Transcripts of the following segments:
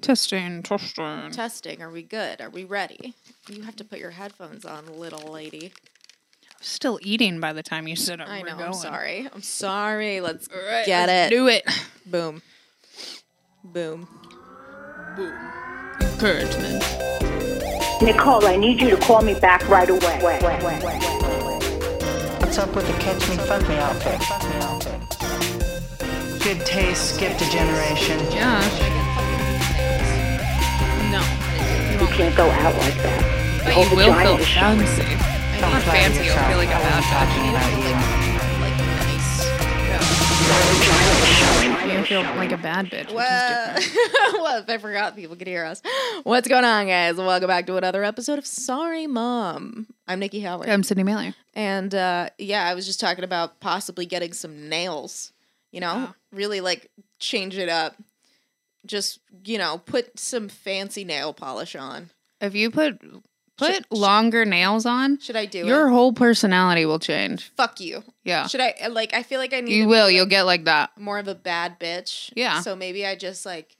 Testing, testing. Testing. Are we good? Are we ready? You have to put your headphones on, little lady. Still eating by the time you said I we're know. going. I'm sorry. I'm sorry. Let's All right, get let's it. Do it. Boom. Boom. Boom. Encouragement. Nicole, I need you to call me back right away. What's up with the catch me, fuck me outfit? Good taste, skipped a generation. Josh. No. You can't go out like that. But Whole you will feel vagina is fancy. If you're Don't flatter fancy, you'll yourself. feel like a I wasn't bad bitch. Like talking about nice. You'll feel like a bad bitch, which is Well, different. well, if I forgot people could hear us. What's going on, guys? Welcome back to another episode of Sorry Mom. I'm Nikki Howard. I'm Sydney Mailer. And uh, yeah, I was just talking about possibly getting some nails, you know, Wow. really like change it up. Just, you know, put some fancy nail polish on. If you put put Should- longer nails on, Should I do your it? whole personality will change. Fuck you. Yeah. Should I, uh, like, I feel like I need You to will. You'll get like that. more of a bad bitch. Yeah. So maybe I just like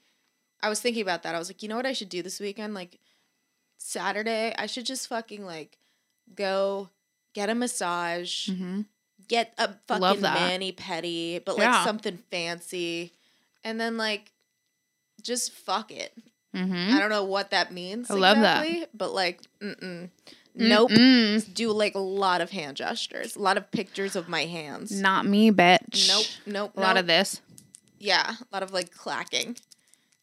I was thinking about that. I was like, you know what I should do this weekend? Like Saturday, I should just fucking like go get a massage, Mm-hmm. get a Love fucking that. mani petty, but like Yeah. something fancy. And then like just fuck it. Mm-hmm. I don't know what that means. I love that. exactly, But like, mm-mm. Nope. Mm-hmm. Mm-mm. Do like a lot of hand gestures, a lot of pictures of my hands. Not me, bitch. Nope, nope. A lot nope. of this. Yeah, a lot of like clacking.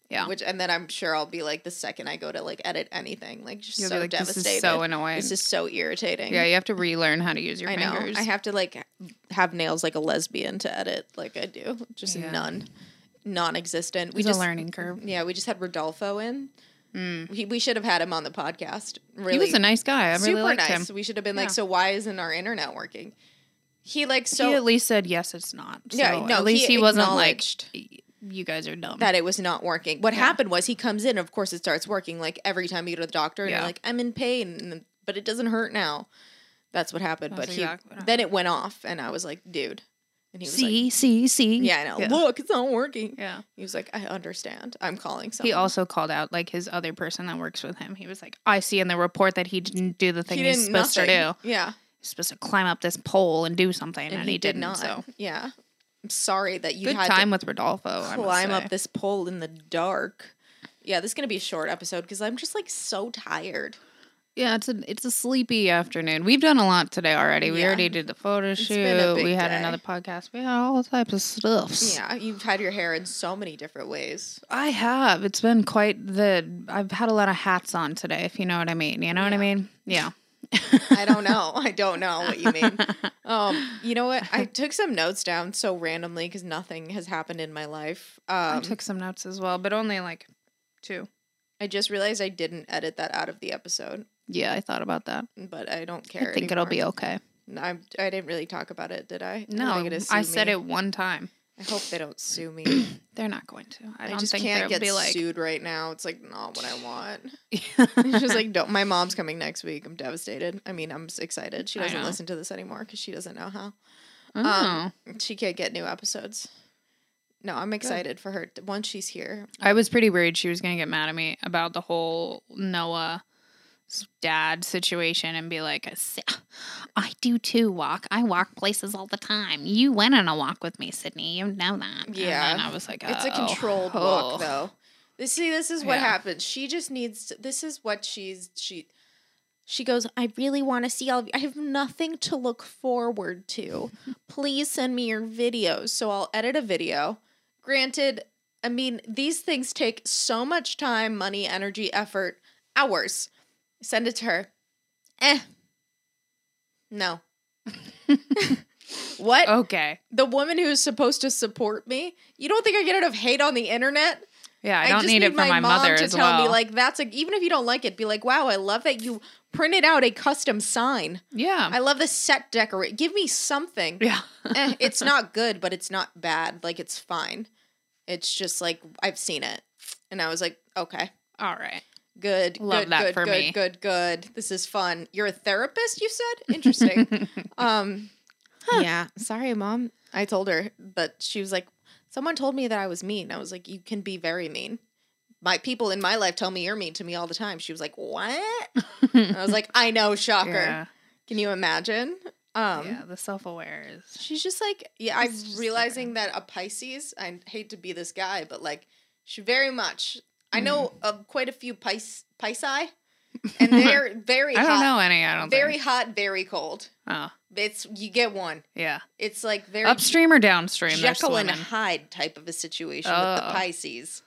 Yeah. Which and then I'm sure I'll be like the second I go to like edit anything, like just You'll so be like, devastated. this is so annoying. This is so irritating. yeah, you have to relearn how to use your I know. fingers. I have to like have nails like a lesbian to edit, like I do. Just Yeah. none, non-existent. We It's just a learning curve. yeah, we just had Rodolfo in. Mm. He, we should have had him on the podcast. Really, He was a nice guy. I really super liked nice. him. We should have been Yeah. like, so why isn't our internet working? He like so he at least said yes, it's not. So Yeah, no, at least he he, wasn't like acknowledged. you guys are dumb. that it was not working. What Yeah. happened was he comes in, of course, it starts working like every time you go to the doctor, and Yeah. you're like, I'm in pain, and- but it doesn't hurt now. That's what happened. That's but exactly what he then it went off, and I was like, dude. And he was see, see, see. like, Yeah, I know. Yeah. Look, it's not working. Yeah. He was like, I understand. I'm calling someone. He also called out like his other person that works with him. He was like, I see in the report that he didn't do the thing he's supposed to do. do. Yeah, He's supposed to climb up this pole and do something, and, he, did not. So Yeah, I'm sorry that you good had time to with Rodolfo. I must climb say. up this pole in the dark. Yeah, this is gonna be a short episode because I'm just like so tired. Yeah, it's a it's a sleepy afternoon. We've done a lot today already. We Yeah. already did the photo shoot. been a big We had day. another podcast. We had all types of stuffs. Yeah, you've had your hair in so many different ways. I have. It's been quite the. I've had a lot of hats on today, if you know what I mean. You know what I Yeah. mean? Yeah. I don't know. I don't know what you mean. Um, you know what? I took some notes down so randomly because nothing has happened in my life. Um, I I, took some notes as well, but only like two. just realized I didn't edit that out of the episode, Yeah, I thought about that. but I don't I care. think it'll be okay. be. I, I didn't really talk about it, did I? Are No, they gonna I sue said me? it one time. I hope they don't sue me. They're not going to. I I, don't just think can't they'll get be like. sued right now. It's like not what I want. It's just like don't. My mom's coming next week. I'm devastated. I mean, I'm s- excited. She I doesn't know. listen to this anymore because she doesn't know how. Oh. She can't get new episodes. No, I'm excited for her. Once she's here, I was pretty worried she was going to get mad at me about the whole Noah's dad situation and be like, "S- I do too walk. I walk places all the time. You went on a walk with me, Sydney. You know that. Yeah. And then I was like, it's a "Oh, controlled oh." walk, though. This, see, this is what Yeah. happens. She just needs. To, this is what she's she. She goes. I really want to see all of you. I have nothing to look forward to. Please send me your videos, so I'll edit a video. Granted, I mean these things take so much time, money, energy, effort, hours. Send it to her. Eh. No. what? Okay. the woman who is supposed to support me. You don't think I get enough hate on the internet? Yeah, I don't just need, it for my, mother as well. me like that's a, even if you don't like it, be like, wow, I love that you printed out a custom sign. yeah. I love the set decorate. Give me something. yeah. Eh, it's not good, but it's not bad. Like it's fine. It's just like I've seen it, and I was like, okay. All right. Good, Love good, that good, for good, me. good, good. This is fun. You're a therapist, you said? Interesting. Um, yeah. Sorry, mom. I told her, but she was like, someone told me that I was mean. I was like, you can be very mean, my people in my life tell me you're mean to me all the time. She was like, What? and I was like, I know, shocker. Yeah. Can you imagine? Um yeah, the self aware is. she's just like yeah, I'm It's just like realizing that a Pisces, I hate to be this guy, but like she very much I know Mm. of quite a few Pis Pisces and they're very I don't hot, know any. I don't very think. hot, very cold. Oh, It's you get one. yeah. It's like very Upstream or downstream? They're Jekyll and swimming. Hyde type of a situation with Oh. the Pisces.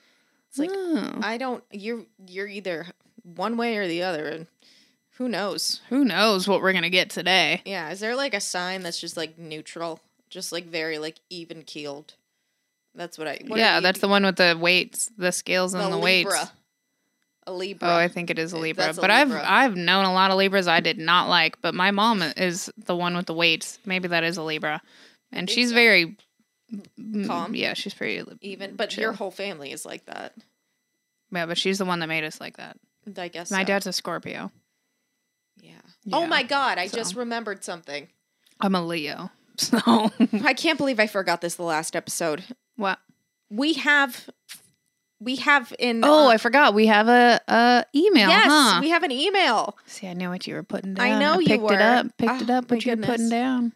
It's like Oh, I don't. You're you're either one way or the other, and who knows? who knows what we're gonna get today? Yeah, is there like a sign that's just like neutral, just like very like even keeled? That's what I. what are yeah, you- that's the one with the weights, the scales and the, weights. Libra. A Libra. Oh, I think it is a It- Libra. that's a but Libra. I've I've known a lot of Libras I did not like, but my mom is the one with the weights. Maybe that is a Libra. And think she's so. very mm, uh, Calm? Yeah, she's pretty li- even, but chill. your whole family is like that. Yeah, but she's the one that made us like that. I guess My so. dad's a Scorpio. Yeah. Oh Yeah, my God! I so. just remembered something. I'm a Leo. So I can't believe I forgot this the last episode. what? We have, we have in. Oh, uh, I forgot. We have a, a email. yes, huh? we have an email. See, I knew what you were putting down. I know you picked were. it up. Picked Oh, it up. my What you were goodness. putting down.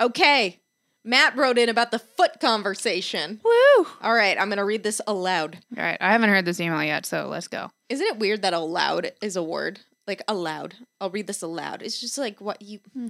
Okay. Matt wrote in about the foot conversation. Woo! All right, I'm going to read this aloud. All right, I haven't heard this email yet, so let's go. Isn't it weird that aloud is a word? Like aloud. I'll read this aloud. It's just like what you hmm.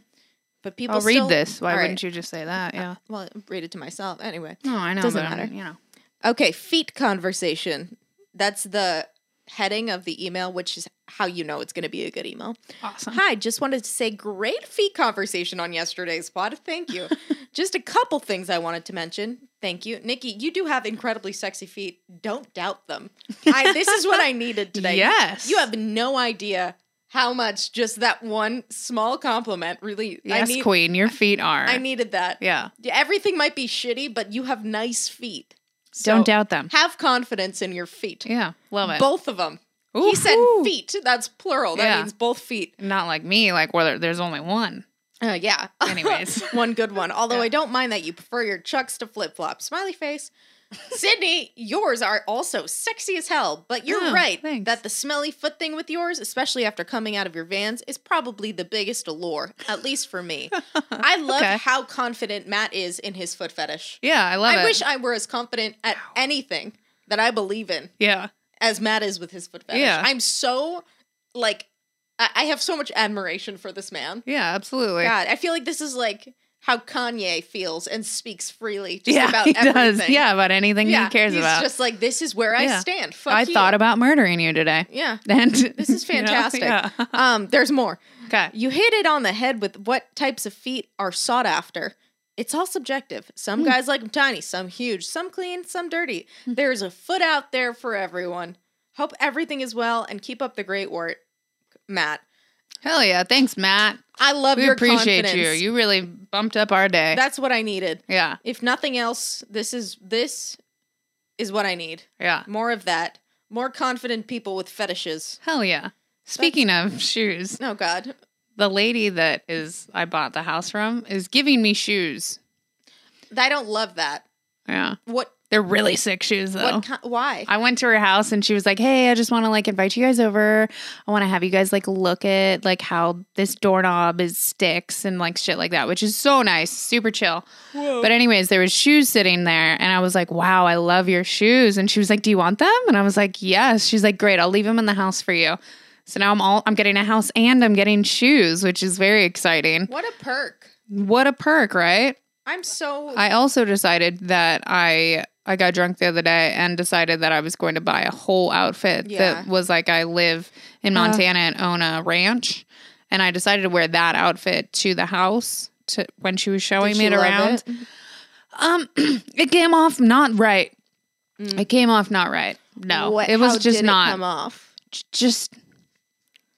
But people I'll read still- this. Why All right. wouldn't you just say that? Yeah. Well, read it to myself anyway. No, I know. Doesn't but I'm- matter. You know. Okay, feet conversation. That's the heading of the email, which is how you know it's going to be a good email. Awesome. Hi, just wanted to say great feet conversation on yesterday's pod. Thank you. just a couple things I wanted to mention. Thank you. Nikki, you do have incredibly sexy feet. Don't doubt them. I, this is what I needed today. Yes. You have no idea how much just that one small compliment really Yes, I need Queen. Your feet are. I needed that. yeah. Yeah, Everything might be shitty, but you have nice feet. So Don't doubt them. Have confidence in your feet. Yeah. Love it. Both of them. He said Ooh-hoo. feet. That's plural. That Yeah. means both feet. Not like me. Like whether there's only one. Uh, yeah. Anyways. one good one. Although Yeah. I don't mind that you prefer your chucks to flip flops. Smiley face. Sydney, yours are also sexy as hell, but you're Oh, right thanks. that the smelly foot thing with yours, especially after coming out of your vans, is probably the biggest allure, at least for me. I love Okay. how confident Matt is in his foot fetish. Yeah, I love I it. wish I were as confident at anything that I believe in yeah. as Matt is with his foot fetish. Yeah. I'm so like I, I have so much admiration for this man. Yeah. Absolutely. God, I feel like this is like how Kanye feels and speaks freely just yeah. about he everything. does. Yeah. About anything Yeah, he cares he's about. just like this is where I Yeah. stand. Fuck I you. thought about murdering you today. yeah. And This is you know, fantastic. yeah. um, there's more. Okay. You hit it on the head with what types of feet are sought after. It's all subjective. Hmm. Some guys like 'em tiny, some huge, some clean, some dirty. There's a foot out there for everyone. Hope everything is well and keep up the great work, Matt. Hell yeah. Thanks, Matt. I love We your appreciate confidence. you. You really bumped up our day. That's what I needed. yeah. If nothing else, this is this is what I need. Yeah. More of that. More confident people with fetishes. Hell yeah. Speaking of shoes, Oh God. the lady that is I bought the house from is giving me shoes. I don't love that. Yeah. What They're really sick shoes though. what ki- why? I went to her house and she was like, "Hey, I just want to like invite you guys over. I want to have you guys like look at like how this doorknob is sticks and like shit like that, which is so nice, super chill." But anyways, there was shoes sitting there and I was like, "Wow, I love your shoes." And she was like, "Do you want them?" And I was like, "Yes." She's like, "Great, I'll leave them in the house for you." So now I'm all I'm getting a house and I'm getting shoes, which is very exciting. What a perk. What a perk, right? I'm so I also decided that I I got drunk the other day and decided that I was going to buy a whole outfit Yeah. Uh. that was like I live in Montana and own a ranch, and I decided to wear that outfit to the house to when she was showing Did me she it love around. it? Um, it came off not right. It came off not right. No, Mm. What- it was how just did it not come off. j- just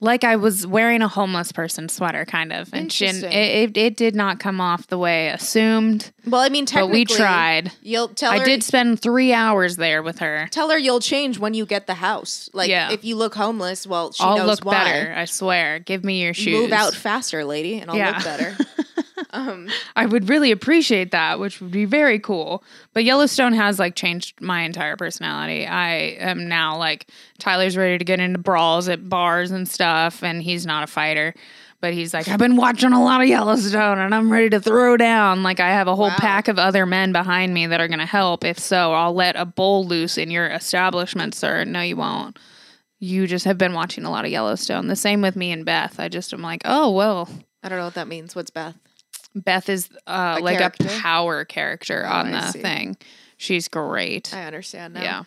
like I was wearing a homeless person sweater, kind of, and she, and Interesting. it, it it did not come off the way assumed. Well, I mean, But technically, we tried. You'll tell I her. did spend three hours there with her. Tell her you'll change when you get the house. Like, Yeah. if you look homeless, well, she I'll knows look why. better. I swear. Give me your shoes. Move out faster, lady, and I'll Yeah. look better. Um, I would really appreciate that, which would be very cool. But Yellowstone has like changed my entire personality. I am now like Tyler's ready to get into brawls at bars and stuff, and he's not a fighter. But he's like, I've been watching a lot of Yellowstone and I'm ready to throw down. Like, I have a whole Wow. pack of other men behind me that are going to help. If so, I'll let a bull loose in your establishment, sir. No, you won't. You just have been watching a lot of Yellowstone. The same with me and Beth. I just am like, oh, well, I don't know what that means. What's Beth? Beth is uh, A like character? a power character Oh, on I the see. thing. She's great. I understand now. Yeah.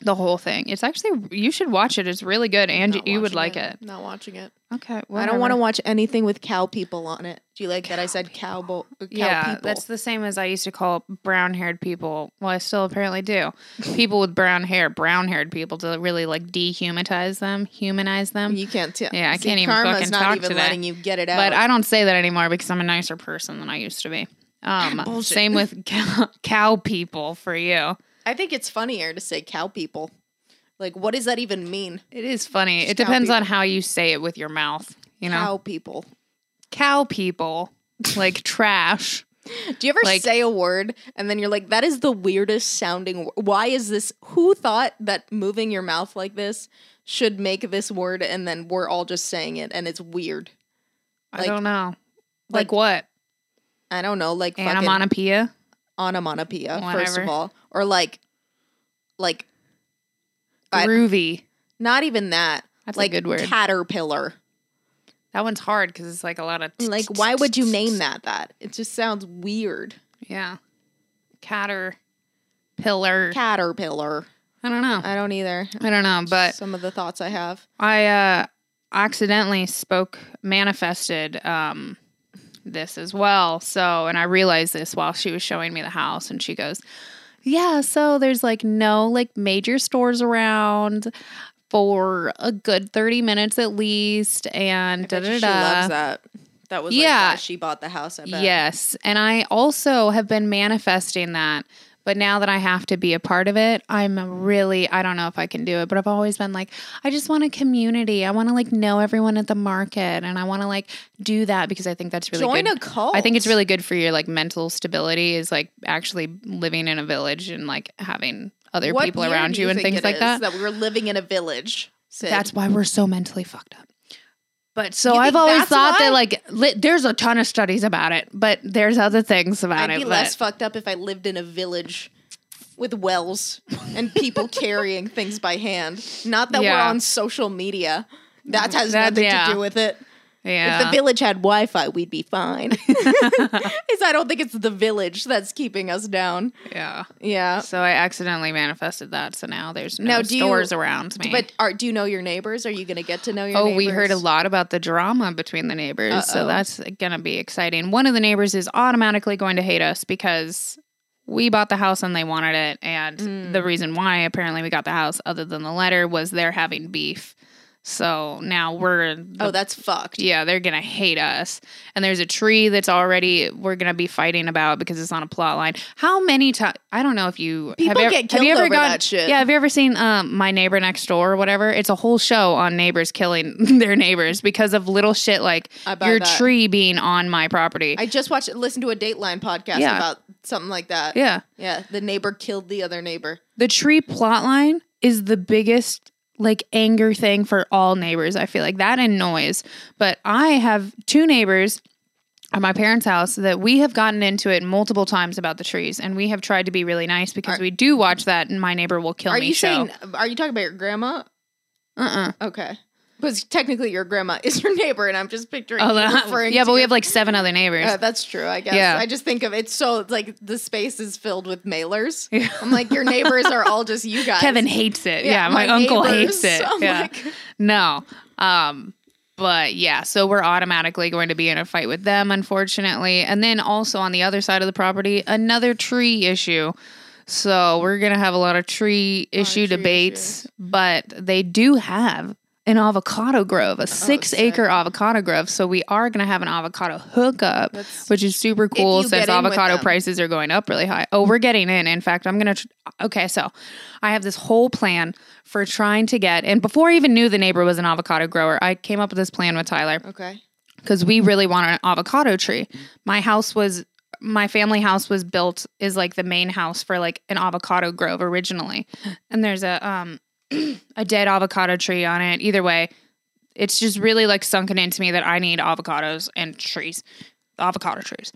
The whole thing. It's actually you should watch it. It's really good and you, Not you would watching like it. Not watching it. Okay. I don't want to watch anything with cow people on it. Do you like that I said cow, bo- cow Yeah, people? that's the same as I used to call brown-haired people. Well, I still apparently do. People with brown hair, brown-haired people to really like dehumanize them, humanize them. you can't tell. Yeah, I See, can't even karma's fucking not talk even today. letting you get it out. But I don't say that anymore because I'm a nicer person than I used to be. Um, Bullshit. same with cow, cow people for you. I think it's funnier to say cow people. Like, what does that even mean? It is funny. Just it cow depends people. on how you say it with your mouth. You know, Cow people. cow, people like trash. Do you ever Like- say a word and then you're like, that is the weirdest sounding word? Why is this? Who thought that moving your mouth like this should make this word and then we're all just saying it and it's weird? I Like- don't know. Like, like- what? I don't know, like fucking Onomatopoeia. onomatopoeia, first of Whatever. all. Or like, like, I- Groovy. not even that. That's like a good word. caterpillar. that one's hard because it's like a lot of Like, why would you name that that? It just sounds weird. Yeah, catter, pillar. Caterpillar. I don't know. I don't either. I don't know, but some of the thoughts I have. I uh, accidentally spoke, manifested um, this as well. So, and I realized this while she was showing me the house, and she goes, Yeah, so there's like no like major stores around for a good 30 minutes at least. And da da She loves da. that. That was yeah. Yeah. Like why she bought the house. I bet. Yes. And I also have been manifesting that. But now that I have to be a part of it, I'm really, I don't know if I can do it, but I've always been like, I just want a community. I want to like know everyone at the market and I want to like do that because I think that's really Join good. a cult. I think it's really good for your like mental stability is like actually living in a village and like having other What people year around do you, and think things it like is that. That we were living in a village. Sid? That's why we're so mentally fucked up. But so You I've think always that's thought why? that like li- there's a ton of studies about it, but there's other things about I'd it. be but- less fucked up if I lived in a village with wells and people carrying things by hand. Not that we're Yeah. on social media. That has That- nothing yeah. to do with it. If yeah. the village had Wi Fi, we'd be fine. 'Cause I don't think it's the village that's keeping us down. yeah. Yeah. So I accidentally manifested that. So now there's no Now, do you- stores around me. But are, do you know your neighbors? Are you going to get to know your oh, neighbors? we heard a lot about the drama between the neighbors. So that's going to be exciting. One of the neighbors is automatically going to hate us because we bought the house and they wanted it. And the reason why apparently we got the house, other than the letter, was they're having beef. So now we're the Oh, that's fucked. Yeah, they're gonna hate us. And there's a tree that's already we're gonna be fighting about because it's on a plot line. How many times? I don't know if you People ev- get killed over that shit. Yeah, have you ever seen um, My Neighbor Next Door or whatever? It's a whole show on neighbors killing their neighbors because of little shit like I buy your that. tree being on my property. I just watched, listened to a Dateline podcast Yeah. about something like that. yeah, Yeah. The neighbor killed the other neighbor. the tree plot line is the biggest like anger thing for all neighbors. I feel like that and noise. But I have two neighbors at my parents' house that we have gotten into it multiple times about the trees and we have tried to be really nice because we do watch that and my neighbor will kill Are me you show. saying, are you talking about your grandma? uh-uh. Okay. Because technically your grandma is your neighbor, and I'm just picturing Oh, you that- referring yeah, to but we your- have like seven other neighbors. Uh, that's true, I guess. Yeah. I just think of it so it's like the space is filled with mailers. I'm like, your neighbors are all just you guys. Kevin hates it. Yeah, Yeah, my, my uncle neighbors. hates it. I'm yeah. like- No. Um but yeah, so we're automatically going to be in a fight with them unfortunately. And then also on the other side of the property, another tree issue. So we're going to have a lot of tree issue tree debates, but they do have an avocado grove, Oh, a six acre avocado grove. So we are going to have an avocado hookup, That's- which is super cool you since get in with avocado them. prices are going up really high. Oh, we're getting in. In fact, I'm going to. Tr- okay, so I have this whole plan for trying to get, and before I even knew the neighbor was an avocado grower, I came up with this plan with Tyler Okay. because we really want an avocado tree. My house was my family house was built is like the main house for like an avocado grove originally, and there's a um a dead avocado tree on it. Either way, it's just really like sunken into me that I need avocados and trees, avocado trees,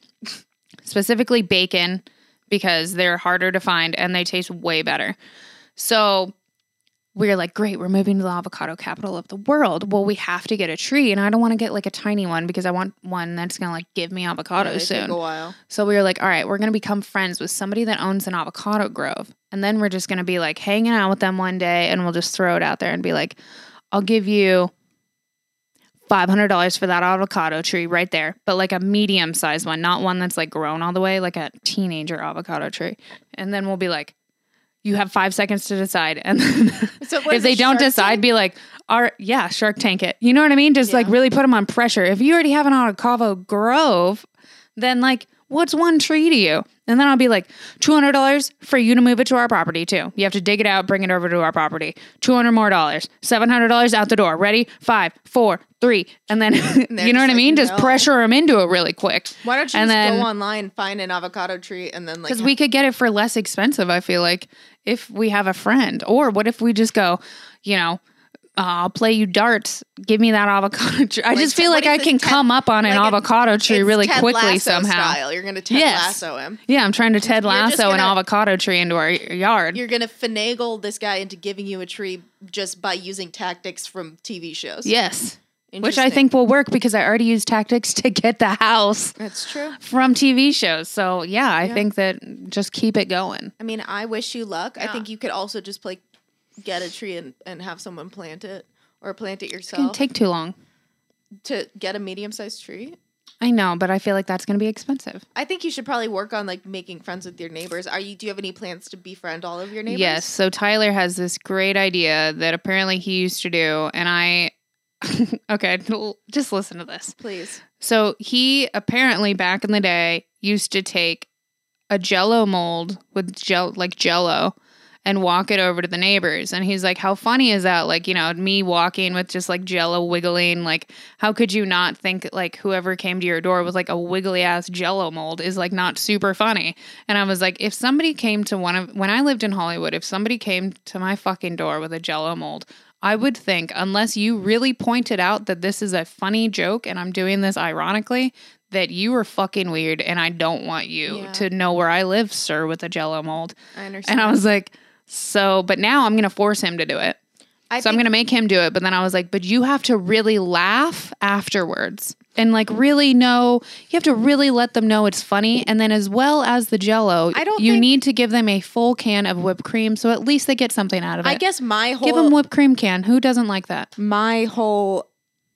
specifically bacon because they're harder to find and they taste way better. So we are like, great, we're moving to the avocado capital of the world. Well, we have to get a tree, and I don't want to get like a tiny one because I want one that's gonna like give me Yeah, avocados they soon. Take a while. So we were like, all right, we're going to become friends with somebody that owns an avocado grove. And then we're just going to be like hanging out with them one day and we'll just throw it out there and be like, I'll give you $500 for that avocado tree right there, but like a medium sized one, not one that's like grown all the way, like a teenager avocado tree. And then we'll be like, you have five seconds to decide. And then So what if is they it, don't Shark decide, Tank? be like, all right, yeah, Shark Tank it. You know what I mean? Just like Yeah. really put them on pressure. If you already have an avocado grove, then like, what's one tree to you? And then I'll be like, two hundred dollars for you to move it to our property too. You have to dig it out, bring it over to our property. Two hundred more dollars, seven hundred dollars out the door. Ready? Five, four, three, and then they're you know what just I like, mean? Just no. pressure them into it really quick. Why don't you And just then- go online, find an avocado tree, and then like Because we could get it for less expensive, I feel like, if we have a friend. Or what if we just go, you know, uh, I'll play you darts. Give me that avocado tree. I just Ted- feel what like I is can this, Ted- come up on an like a- avocado tree it's really Ted quickly Lasso somehow. Style. You're gonna Ted Yes. Lasso him. Yeah, I'm trying to Ted just Lasso an gonna- avocado tree into our yard. You're gonna finagle this guy into giving you a tree just by using tactics from TV shows. Yes. Which I Interesting. think will work because I already used tactics to get the house that's true. from TV shows. So, yeah, I think that just keep it going. I mean, I wish you luck. I think you could also just like get a tree and, and have someone plant it or plant it It can yourself take too long. to get a medium sized tree. I know, but I feel like that's going to be expensive. I think you should probably work on like making friends with your neighbors. Are you? Do you have any plans to befriend all of your neighbors? Yes. So Tyler has this great idea that apparently he used to do. And I, okay, l- just listen to this. please. So he apparently back in the day used to take a jello mold with gel, like jello and walk it over to the neighbors. And he's like, How funny is that? Like, you know, me walking with just like jello wiggling. Like, how could you not think like whoever came to your door with like a wiggly ass jello mold is like not super funny? And I was like, If somebody came to one of, when I lived in Hollywood, if somebody came to my fucking door with a jello mold, I would think, unless you really pointed out that this is a funny joke and I'm doing this ironically, that you are fucking weird and I don't want you Yeah. to know where I live, sir, with a jello mold. I understand. And I was like, so, but now I'm going to force him to do it. I so I'm think- going to make him do it. But then I was like, but you have to really laugh afterwards and like really know, you have to really let them know it's funny. And then as well as the jello, I don't you think- need to give them a full can of whipped cream. So at least they get something out of it. I guess my whole Give them whipped cream can. Who doesn't like that? my whole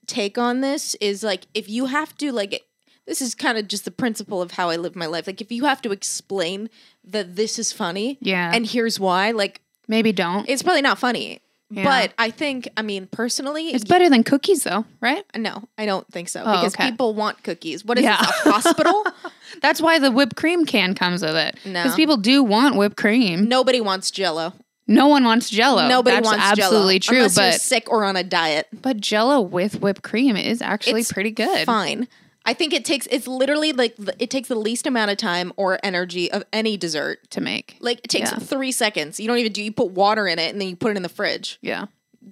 take on this is like if you have to like this is kind of just the principle of how I live my life. Like if you have to explain that this is funny, Yeah. and here's why, like Maybe don't. it's probably not funny. Yeah. But I think, I mean, personally, It's better than cookies, though, right? no, I don't think so Oh, because okay. people want cookies. What is Yeah. this, a hospital? That's why the whipped cream can comes with it. No. Because people do want whipped cream. No, Nobody wants Jello. one wants Jello. Nobody Oh, That's wants absolutely Jello unless true. you're But sick or on a diet. but Jello with whipped cream is actually pretty good. Fine. I think it takes. It's literally like the- it takes the least amount of time or energy of any dessert to make. Like it takes Yeah. three seconds. You don't even do. You put water in it and then you put it in the fridge. Yeah,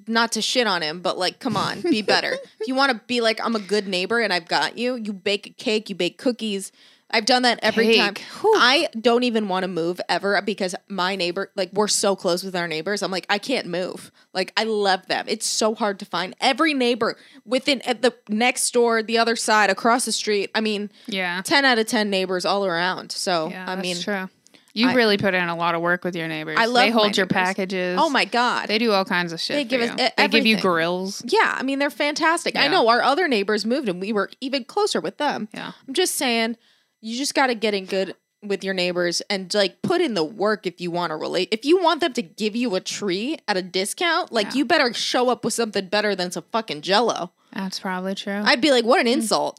Not to shit on him, but like, come on, be better. if you want to be like, I'm a good neighbor and I've got you. You bake a cake. You bake cookies. I've done that every time. Cake. Whew. I don't even want to move ever because my neighbor, like, we're so close with our neighbors. I'm like, I can't move. Like, I love them. It's so hard to find every neighbor within at the next door, the other side, across the street. I mean, yeah, ten out of ten neighbors all around. So yeah. I that's mean, true. You I- really put in a lot of work with your neighbors. I love They my hold your neighbors. packages. oh my god, They do all kinds of shit. They for give us you. e- They give you everything. grills. Yeah, I mean they're fantastic. I Yeah. know our other neighbors moved and we were even closer with them. Yeah. I'm just saying, you just got to get in good with your neighbors and like put in the work if you want to relate. If you want them to give you a tree at a discount, like Yeah. you better show up with something better than some fucking jello. That's probably true. I'd be like, what an Mm. insult.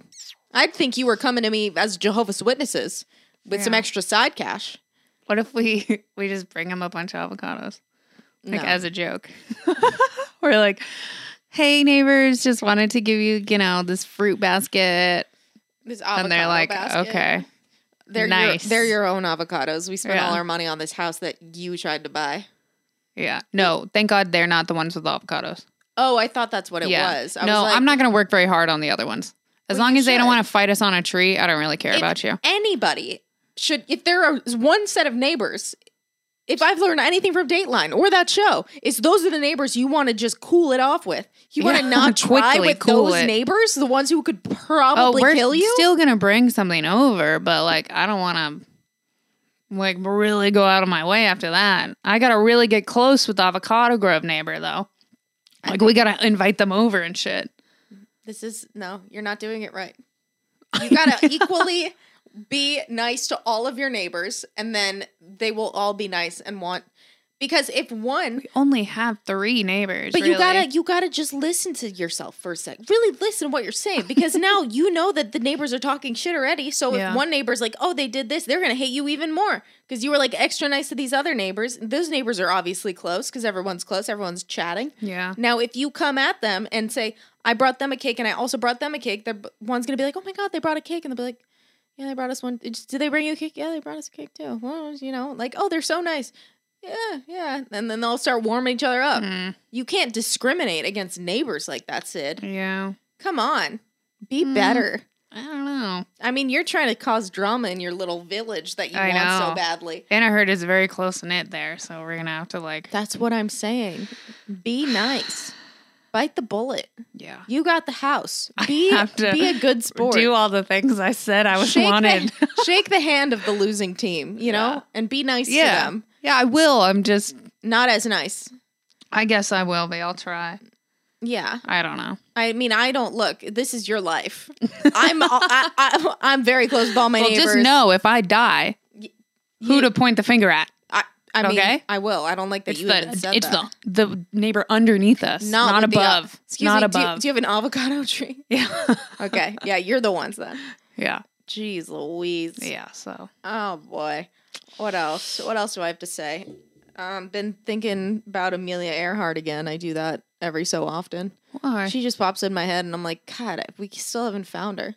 I'd think you were coming to me as Jehovah's Witnesses with some Yeah. extra side cash. what if we we just bring them a bunch of avocados? like No. as a joke. We're like, hey neighbors, just wanted to give you, you know, this fruit basket. This avocado and they're like, basket. okay. They're nice. Your, they're your own avocados. We spent Yeah. all our money on this house that you tried to buy. Yeah. No, thank God they're not the ones with the avocados. Oh, I thought that's what it yeah. was. I no, was like, I'm not going to work very hard on the other ones. As Well, long you as they don't should. want to fight us on a tree, I don't really care If about you. Anybody should, if there is one set of neighbors, if I've learned anything from Dateline or that show, is those are the neighbors you want to just cool it off with. You want to Yeah, not try quickly with cool those it. neighbors, the ones who could Oh, probably we're kill you. still going to bring something over, but like, I don't want to. Like really go out of my way after that. I gotta really get close with the avocado grove neighbor though. Like we gotta invite them over and shit. this is no, you're not doing it right. You gotta equally be nice to all of your neighbors, and then they will all be nice and want. Because if one Only have three neighbors. But you really. gotta you gotta just listen to yourself for a sec. Really listen to what you're saying because now you know that the neighbors are talking shit already. So Yeah. if one neighbor's like, "Oh, they did this," they're gonna hate you even more because you were like extra nice to these other neighbors. Those neighbors are obviously close because everyone's close, everyone's chatting. Yeah. Now, if you come at them and say, "I brought them a cake and I also brought them a cake," they're one's gonna be like, "Oh my god, they brought a cake," and they'll be like. Yeah, they brought us one. Did did they bring you a cake? Yeah, they brought us a cake too. Well, you know, like, oh, they're so nice. Yeah, yeah. And then they'll start warming each other up. Mm, You can't discriminate against neighbors like that, Sid. yeah. Come on. Be Mm. better. I don't know. I mean, you're trying to cause drama in your little village that you I want so know. badly. Anaheard is very close knit there, so we're gonna have to like That's what I'm saying. Be nice. Bite the bullet. yeah. You got the house. I Be have to be a good sport. Do all the things I said I was wanted. The, shake the hand of the losing team, you know, Yeah. and be nice Yeah. to them. yeah, I will. I'm just Not as nice. I guess I will be. I'll try. Yeah. I don't know. I mean, I don't look. This is your life. I'm I, I, I'm very close with all my well neighbors. just know if I die, who You- to point the finger at. I, I mean, Okay? I will. I don't like that It's you even the said it's that. the the neighbor underneath us. Not, with the- uh, above. excuse not me, do you- above. Do you, have an avocado tree? yeah. Okay, yeah, you're the ones then. yeah. Jeez Louise. Yeah. So Oh boy. What else? What else do I have to say? Um, been thinking about Amelia Earhart again. I do that every so often. Why? She just pops in my head, and I'm like, God, we still haven't found her.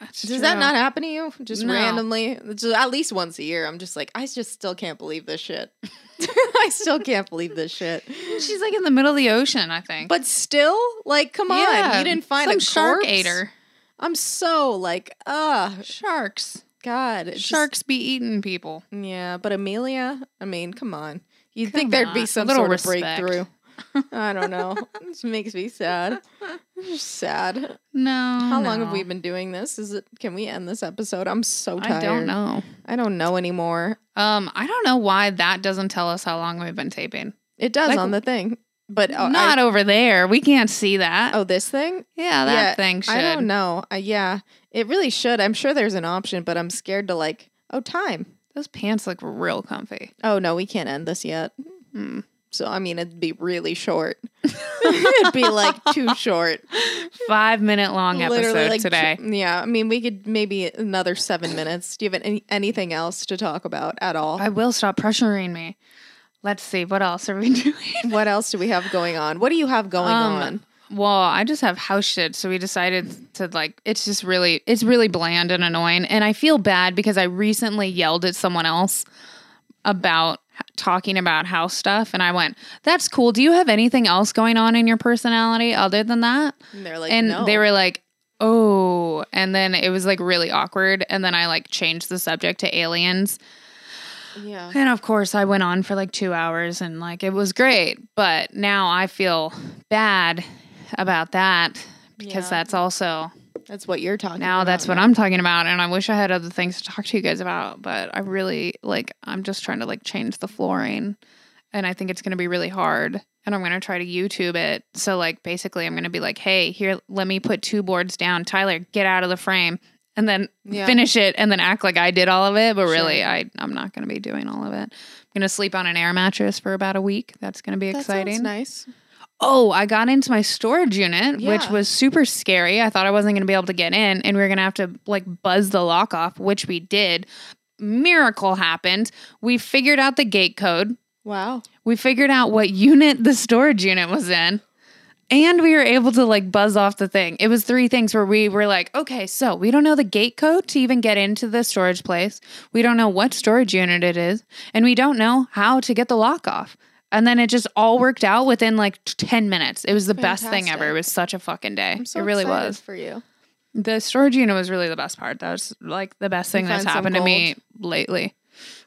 That's Does that true. not happen to you? Just No. randomly, just at least once a year. I'm just like, I just still can't believe this shit. I still can't believe this shit. She's like in the middle of the ocean, I think. But still, like, come on, Yeah, you didn't find some a shark corpse? ate her. I'm so like, ah, Sharks. God, it just- Sharks be eating people. yeah, but Amelia, I mean, come on. You'd Come think there'd on, be some a little sort respect. of breakthrough. I don't know. this makes me sad. I'm just sad. No. How long have no. we been doing this? Is it? Can we end this episode? I'm so tired. I don't know. I don't know anymore. Um, I don't know why that doesn't tell us how long we've been taping. It does Like- on the thing, but oh, I- Not over there. We can't see that. oh this thing. yeah, that yeah, thing should. I don't know. Uh, yeah, it really should. I'm sure there's an option, but I'm scared to like. Oh, time. Those pants look real comfy. Oh no, we can't end this yet. Hmm. So I mean, it'd be really short. it'd be like too short. Five minute long episode like, today. t- Yeah, I mean, we could maybe another seven minutes. Do you have any, anything else to talk about at all? I will stop pressuring me. Let's see. What else are we doing? what else do we have going on? What do you have going Um, on? Well, I just have house shit, so we decided to like it's just really it's really bland and annoying and I feel bad because I recently yelled at someone else about h- talking about house stuff and I went, "That's cool. Do you have anything else going on in your personality other than that?" And they're like, and no. they were like, "Oh." And then it was like really awkward and then I like changed the subject to aliens. yeah. And of course, I went on for like two hours and like it was great. But now I feel bad about that because Yeah. that's also That's what you're talking. now about that's what I'm talking about. And I wish I had other things to talk to you guys about. But I really like, I'm just trying to like change the flooring. And I think it's going to be really hard. And I'm going to try to YouTube it. So, like, basically, I'm going to be like, hey, here, let me put two boards down. Tyler, get out of the frame. And then Yeah. finish it and then act like I did all of it, but Sure. really I I'm not going to be doing all of it. I'm going to sleep on an air mattress for about a week. That's going to be That sounds exciting. nice. Oh, I got into my storage unit, which Yeah. was super scary. I thought I wasn't going to be able to get in and we were going to have to like buzz the lock off, which we did. Miracle happened. We figured out the gate code. Wow. We figured out what unit the storage unit was in. And we were able to like buzz off the thing. It was three things where we were like, okay, so we don't know the gate code to even get into the storage place. We don't know what storage unit it is. And we don't know how to get the lock off. And then it just all worked out within like 10 minutes. It was the best thing ever. Fantastic. It was such a fucking day. I'm so it really excited was. for you. The storage unit was really the best part. That was like the best thing that's found some happened to me lately.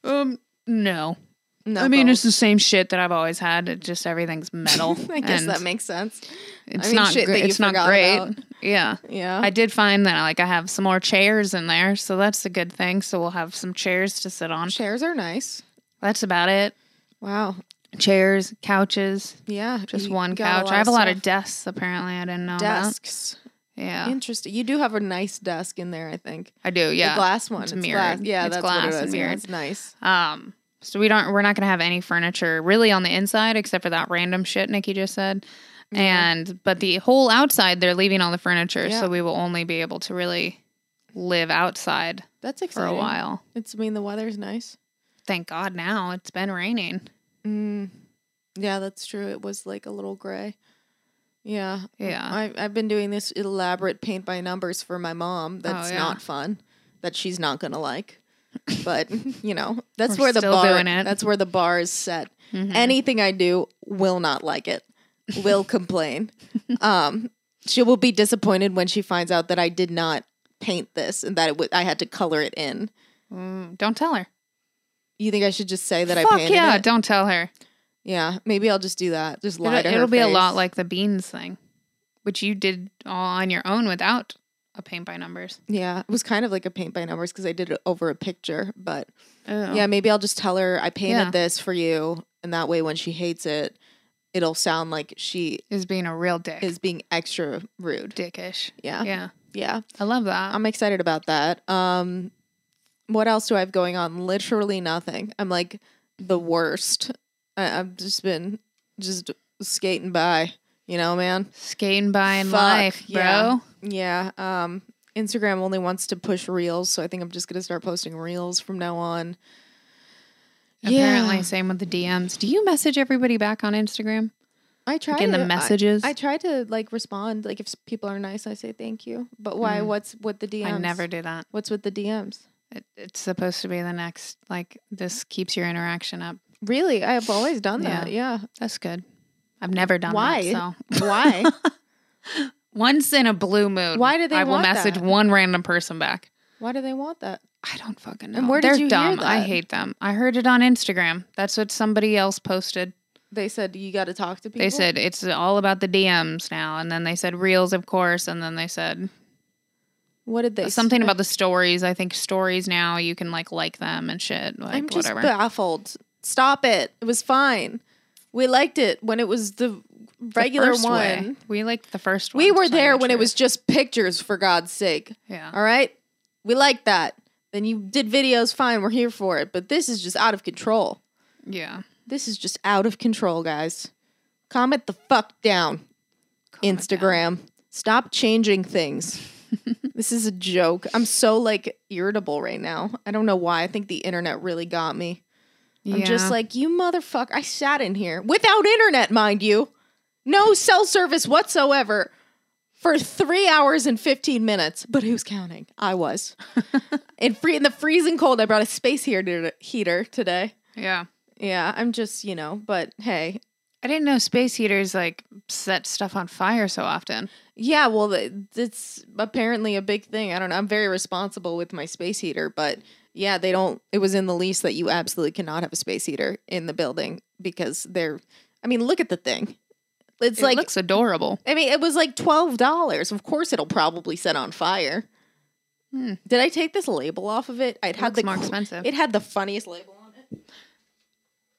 Um, no. No, I mean, gold. it's the same shit that I've always had. It just everything's metal. I guess and that makes sense. it's mean, not shit gr- that you it's not forgot great. about. Yeah. Yeah, I did find that like I have some more chairs in there, so that's a good thing. So we'll have some chairs to sit on. chairs are nice. That's about it. Wow. Chairs, couches, Yeah, just you one got a couch. lot I have a lot stuff. of desks. Apparently, I didn't know that. desks. Yeah, Interesting. You do have a nice desk in there. I think. I do. the Yeah. glass one. It's It's, mirrored. glass. Yeah, It's that's glass what it and is. Yeah, mirrored. it's nice. Um. So we don't. We're not going to have any furniture really on the inside, except for that random shit Nikki just said. And but the whole outside, they're leaving all the furniture, Yeah. so we will only be able to really live outside That's for exciting. a while. It's. I mean, the weather's nice. Thank God now it's been raining. Mm. Yeah, that's true. It was like a little gray. Yeah. Yeah. I, I've been doing this elaborate paint by numbers for my mom. That's Oh, yeah. not fun. That she's not gonna like. But you know, that's We're where the still bar. doing it. Mm-hmm. That's where the bar is set. Anything I do will not like it. Will complain. Um, she will be disappointed when she finds out that I did not paint this and that it w- I had to color it in. Mm, don't tell her. You think I should just say that I Fuck painted yeah! it? Don't tell her. Yeah, maybe I'll just do that. Just lie It'll, to her it'll be a lot face. like the beans thing, which you did all on your own without a paint by numbers. Yeah, it was kind of like a paint by numbers because I did it over a picture. But Oh. yeah, maybe I'll just tell her I painted Yeah. this for you, and that way when she hates it, it'll sound like she is being a real dick. is being extra rude. dickish. Yeah, yeah, Yeah, I love that. I'm excited about that. Um, what else do I have going on? Literally nothing. I'm like the worst. I, I've just been just skating by. You know, man. Skating by in Fuck, life, bro. yeah. Yeah. Um, Instagram only wants to push reels, so I think I'm just gonna start posting reels from now on. Apparently, Yeah. same with the DMs. Do you message everybody back on Instagram? I try in the to- I- messages? I, try to like respond. Like if s- people are nice, I say thank you. But why? What's with the DMs? Mm. I never do that. What's with the DMs? It, it's supposed to be the next. Like this keeps your interaction up. Really, I have always done that. Yeah. That's good. I've never done Why? that. So Why? once in a blue moon, Why do they I will want message that? one random person back. why do they want that? I don't fucking know. And where did They're you hear dumb. I that? hate them. I heard it on Instagram. That's what somebody else posted. They said you got to talk to people. They said it's all about the DMs now, and then they said reels, of course, and then they said what did they s- something I- about the stories. I think stories now you can like like them and shit. Like I'm just whatever. baffled. Stop it. It was fine. We liked it when it was the The regular first one. way. We liked the first one. We to were tell there you the when it truth. was just pictures, for God's sake. yeah. All right? We like that. Then you did videos, fine, we're here for it. But this is just out of control. Yeah. This is just out of control, guys. Comment the fuck down, Instagram. Stop changing things. this is a joke. I'm so like irritable right now. I don't know why. I think the internet really got me. I'm Yeah. just like, you motherfucker. I sat in here without internet, mind you. No cell service whatsoever for three hours and 15 minutes. But who's counting? I was. in, free, in the freezing cold, I brought a space heater, heater today. yeah. Yeah, I'm just, you know, but hey. I didn't know space heaters like set stuff on fire so often. Yeah, well, the- it's apparently a big thing. I don't know. I'm very responsible with my space heater, but yeah, they don't. It was in the lease that you absolutely cannot have a space heater in the building because they're. I mean, look at the thing. It's It like looks adorable. I mean, it was like twelve dollars. Of course, it'll probably set on fire. Hmm. Did I take this label off of it? It had looks the more cr- expensive. It had the funniest label on it.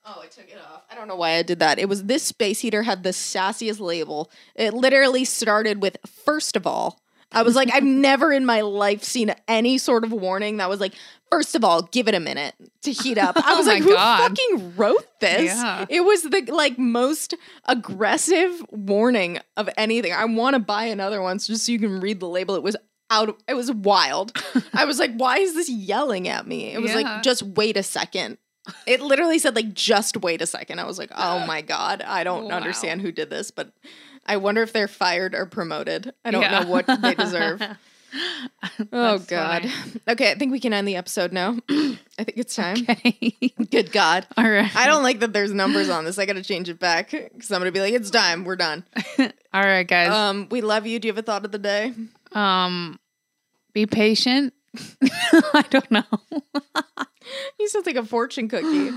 Oh, I took it off. I don't know why I did that. It was this space heater had the sassiest label. It literally started with first of all. I was like, I've never in my life seen any sort of warning that was like, first of all, give it a minute to heat up. I Oh was my like, who God. fucking wrote this? Yeah. It was the like most aggressive warning of anything. I want to buy another one so just so you can read the label. It was out of, it was wild. I was like, why is this yelling at me? It was Yeah. like, just wait a second. It literally said like just wait a second. I was like, oh my god, I don't Wow. understand who did this, but I wonder if they're fired or promoted. I don't Yeah. know what they deserve. oh That's God. Okay, I think we can end the episode now. I think it's time. funny. Good God. All right. I don't like that there's numbers on this. I got to change it back because I'm gonna be like, it's time. We're done. All right, guys. Um, we love you. Do you have a thought of the day? um, be patient. I don't know. You sound like a fortune cookie.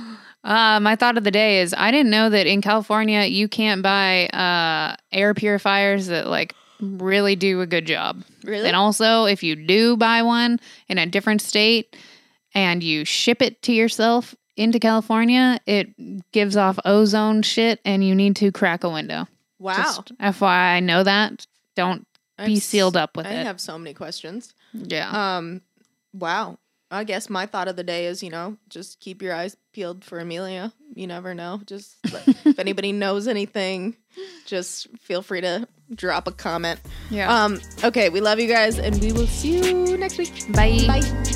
Uh, my thought of the day is I didn't know that in California you can't buy uh, air purifiers that like really do a good job. Really? And also, if you do buy one in a different state and you ship it to yourself into California, it gives off ozone shit, and you need to crack a window. Wow. Just FYI, know that. Don't I'm be s- sealed up with I it. Oh. have so many questions. yeah. Um, wow. I guess my thought of the day is, you know, just keep your eyes peeled for Amelia. You never know. Just let- if anybody knows anything, just feel free to drop a comment. yeah. uh, Um, okay, we love you guys and we will see you next week. Bye. Bye.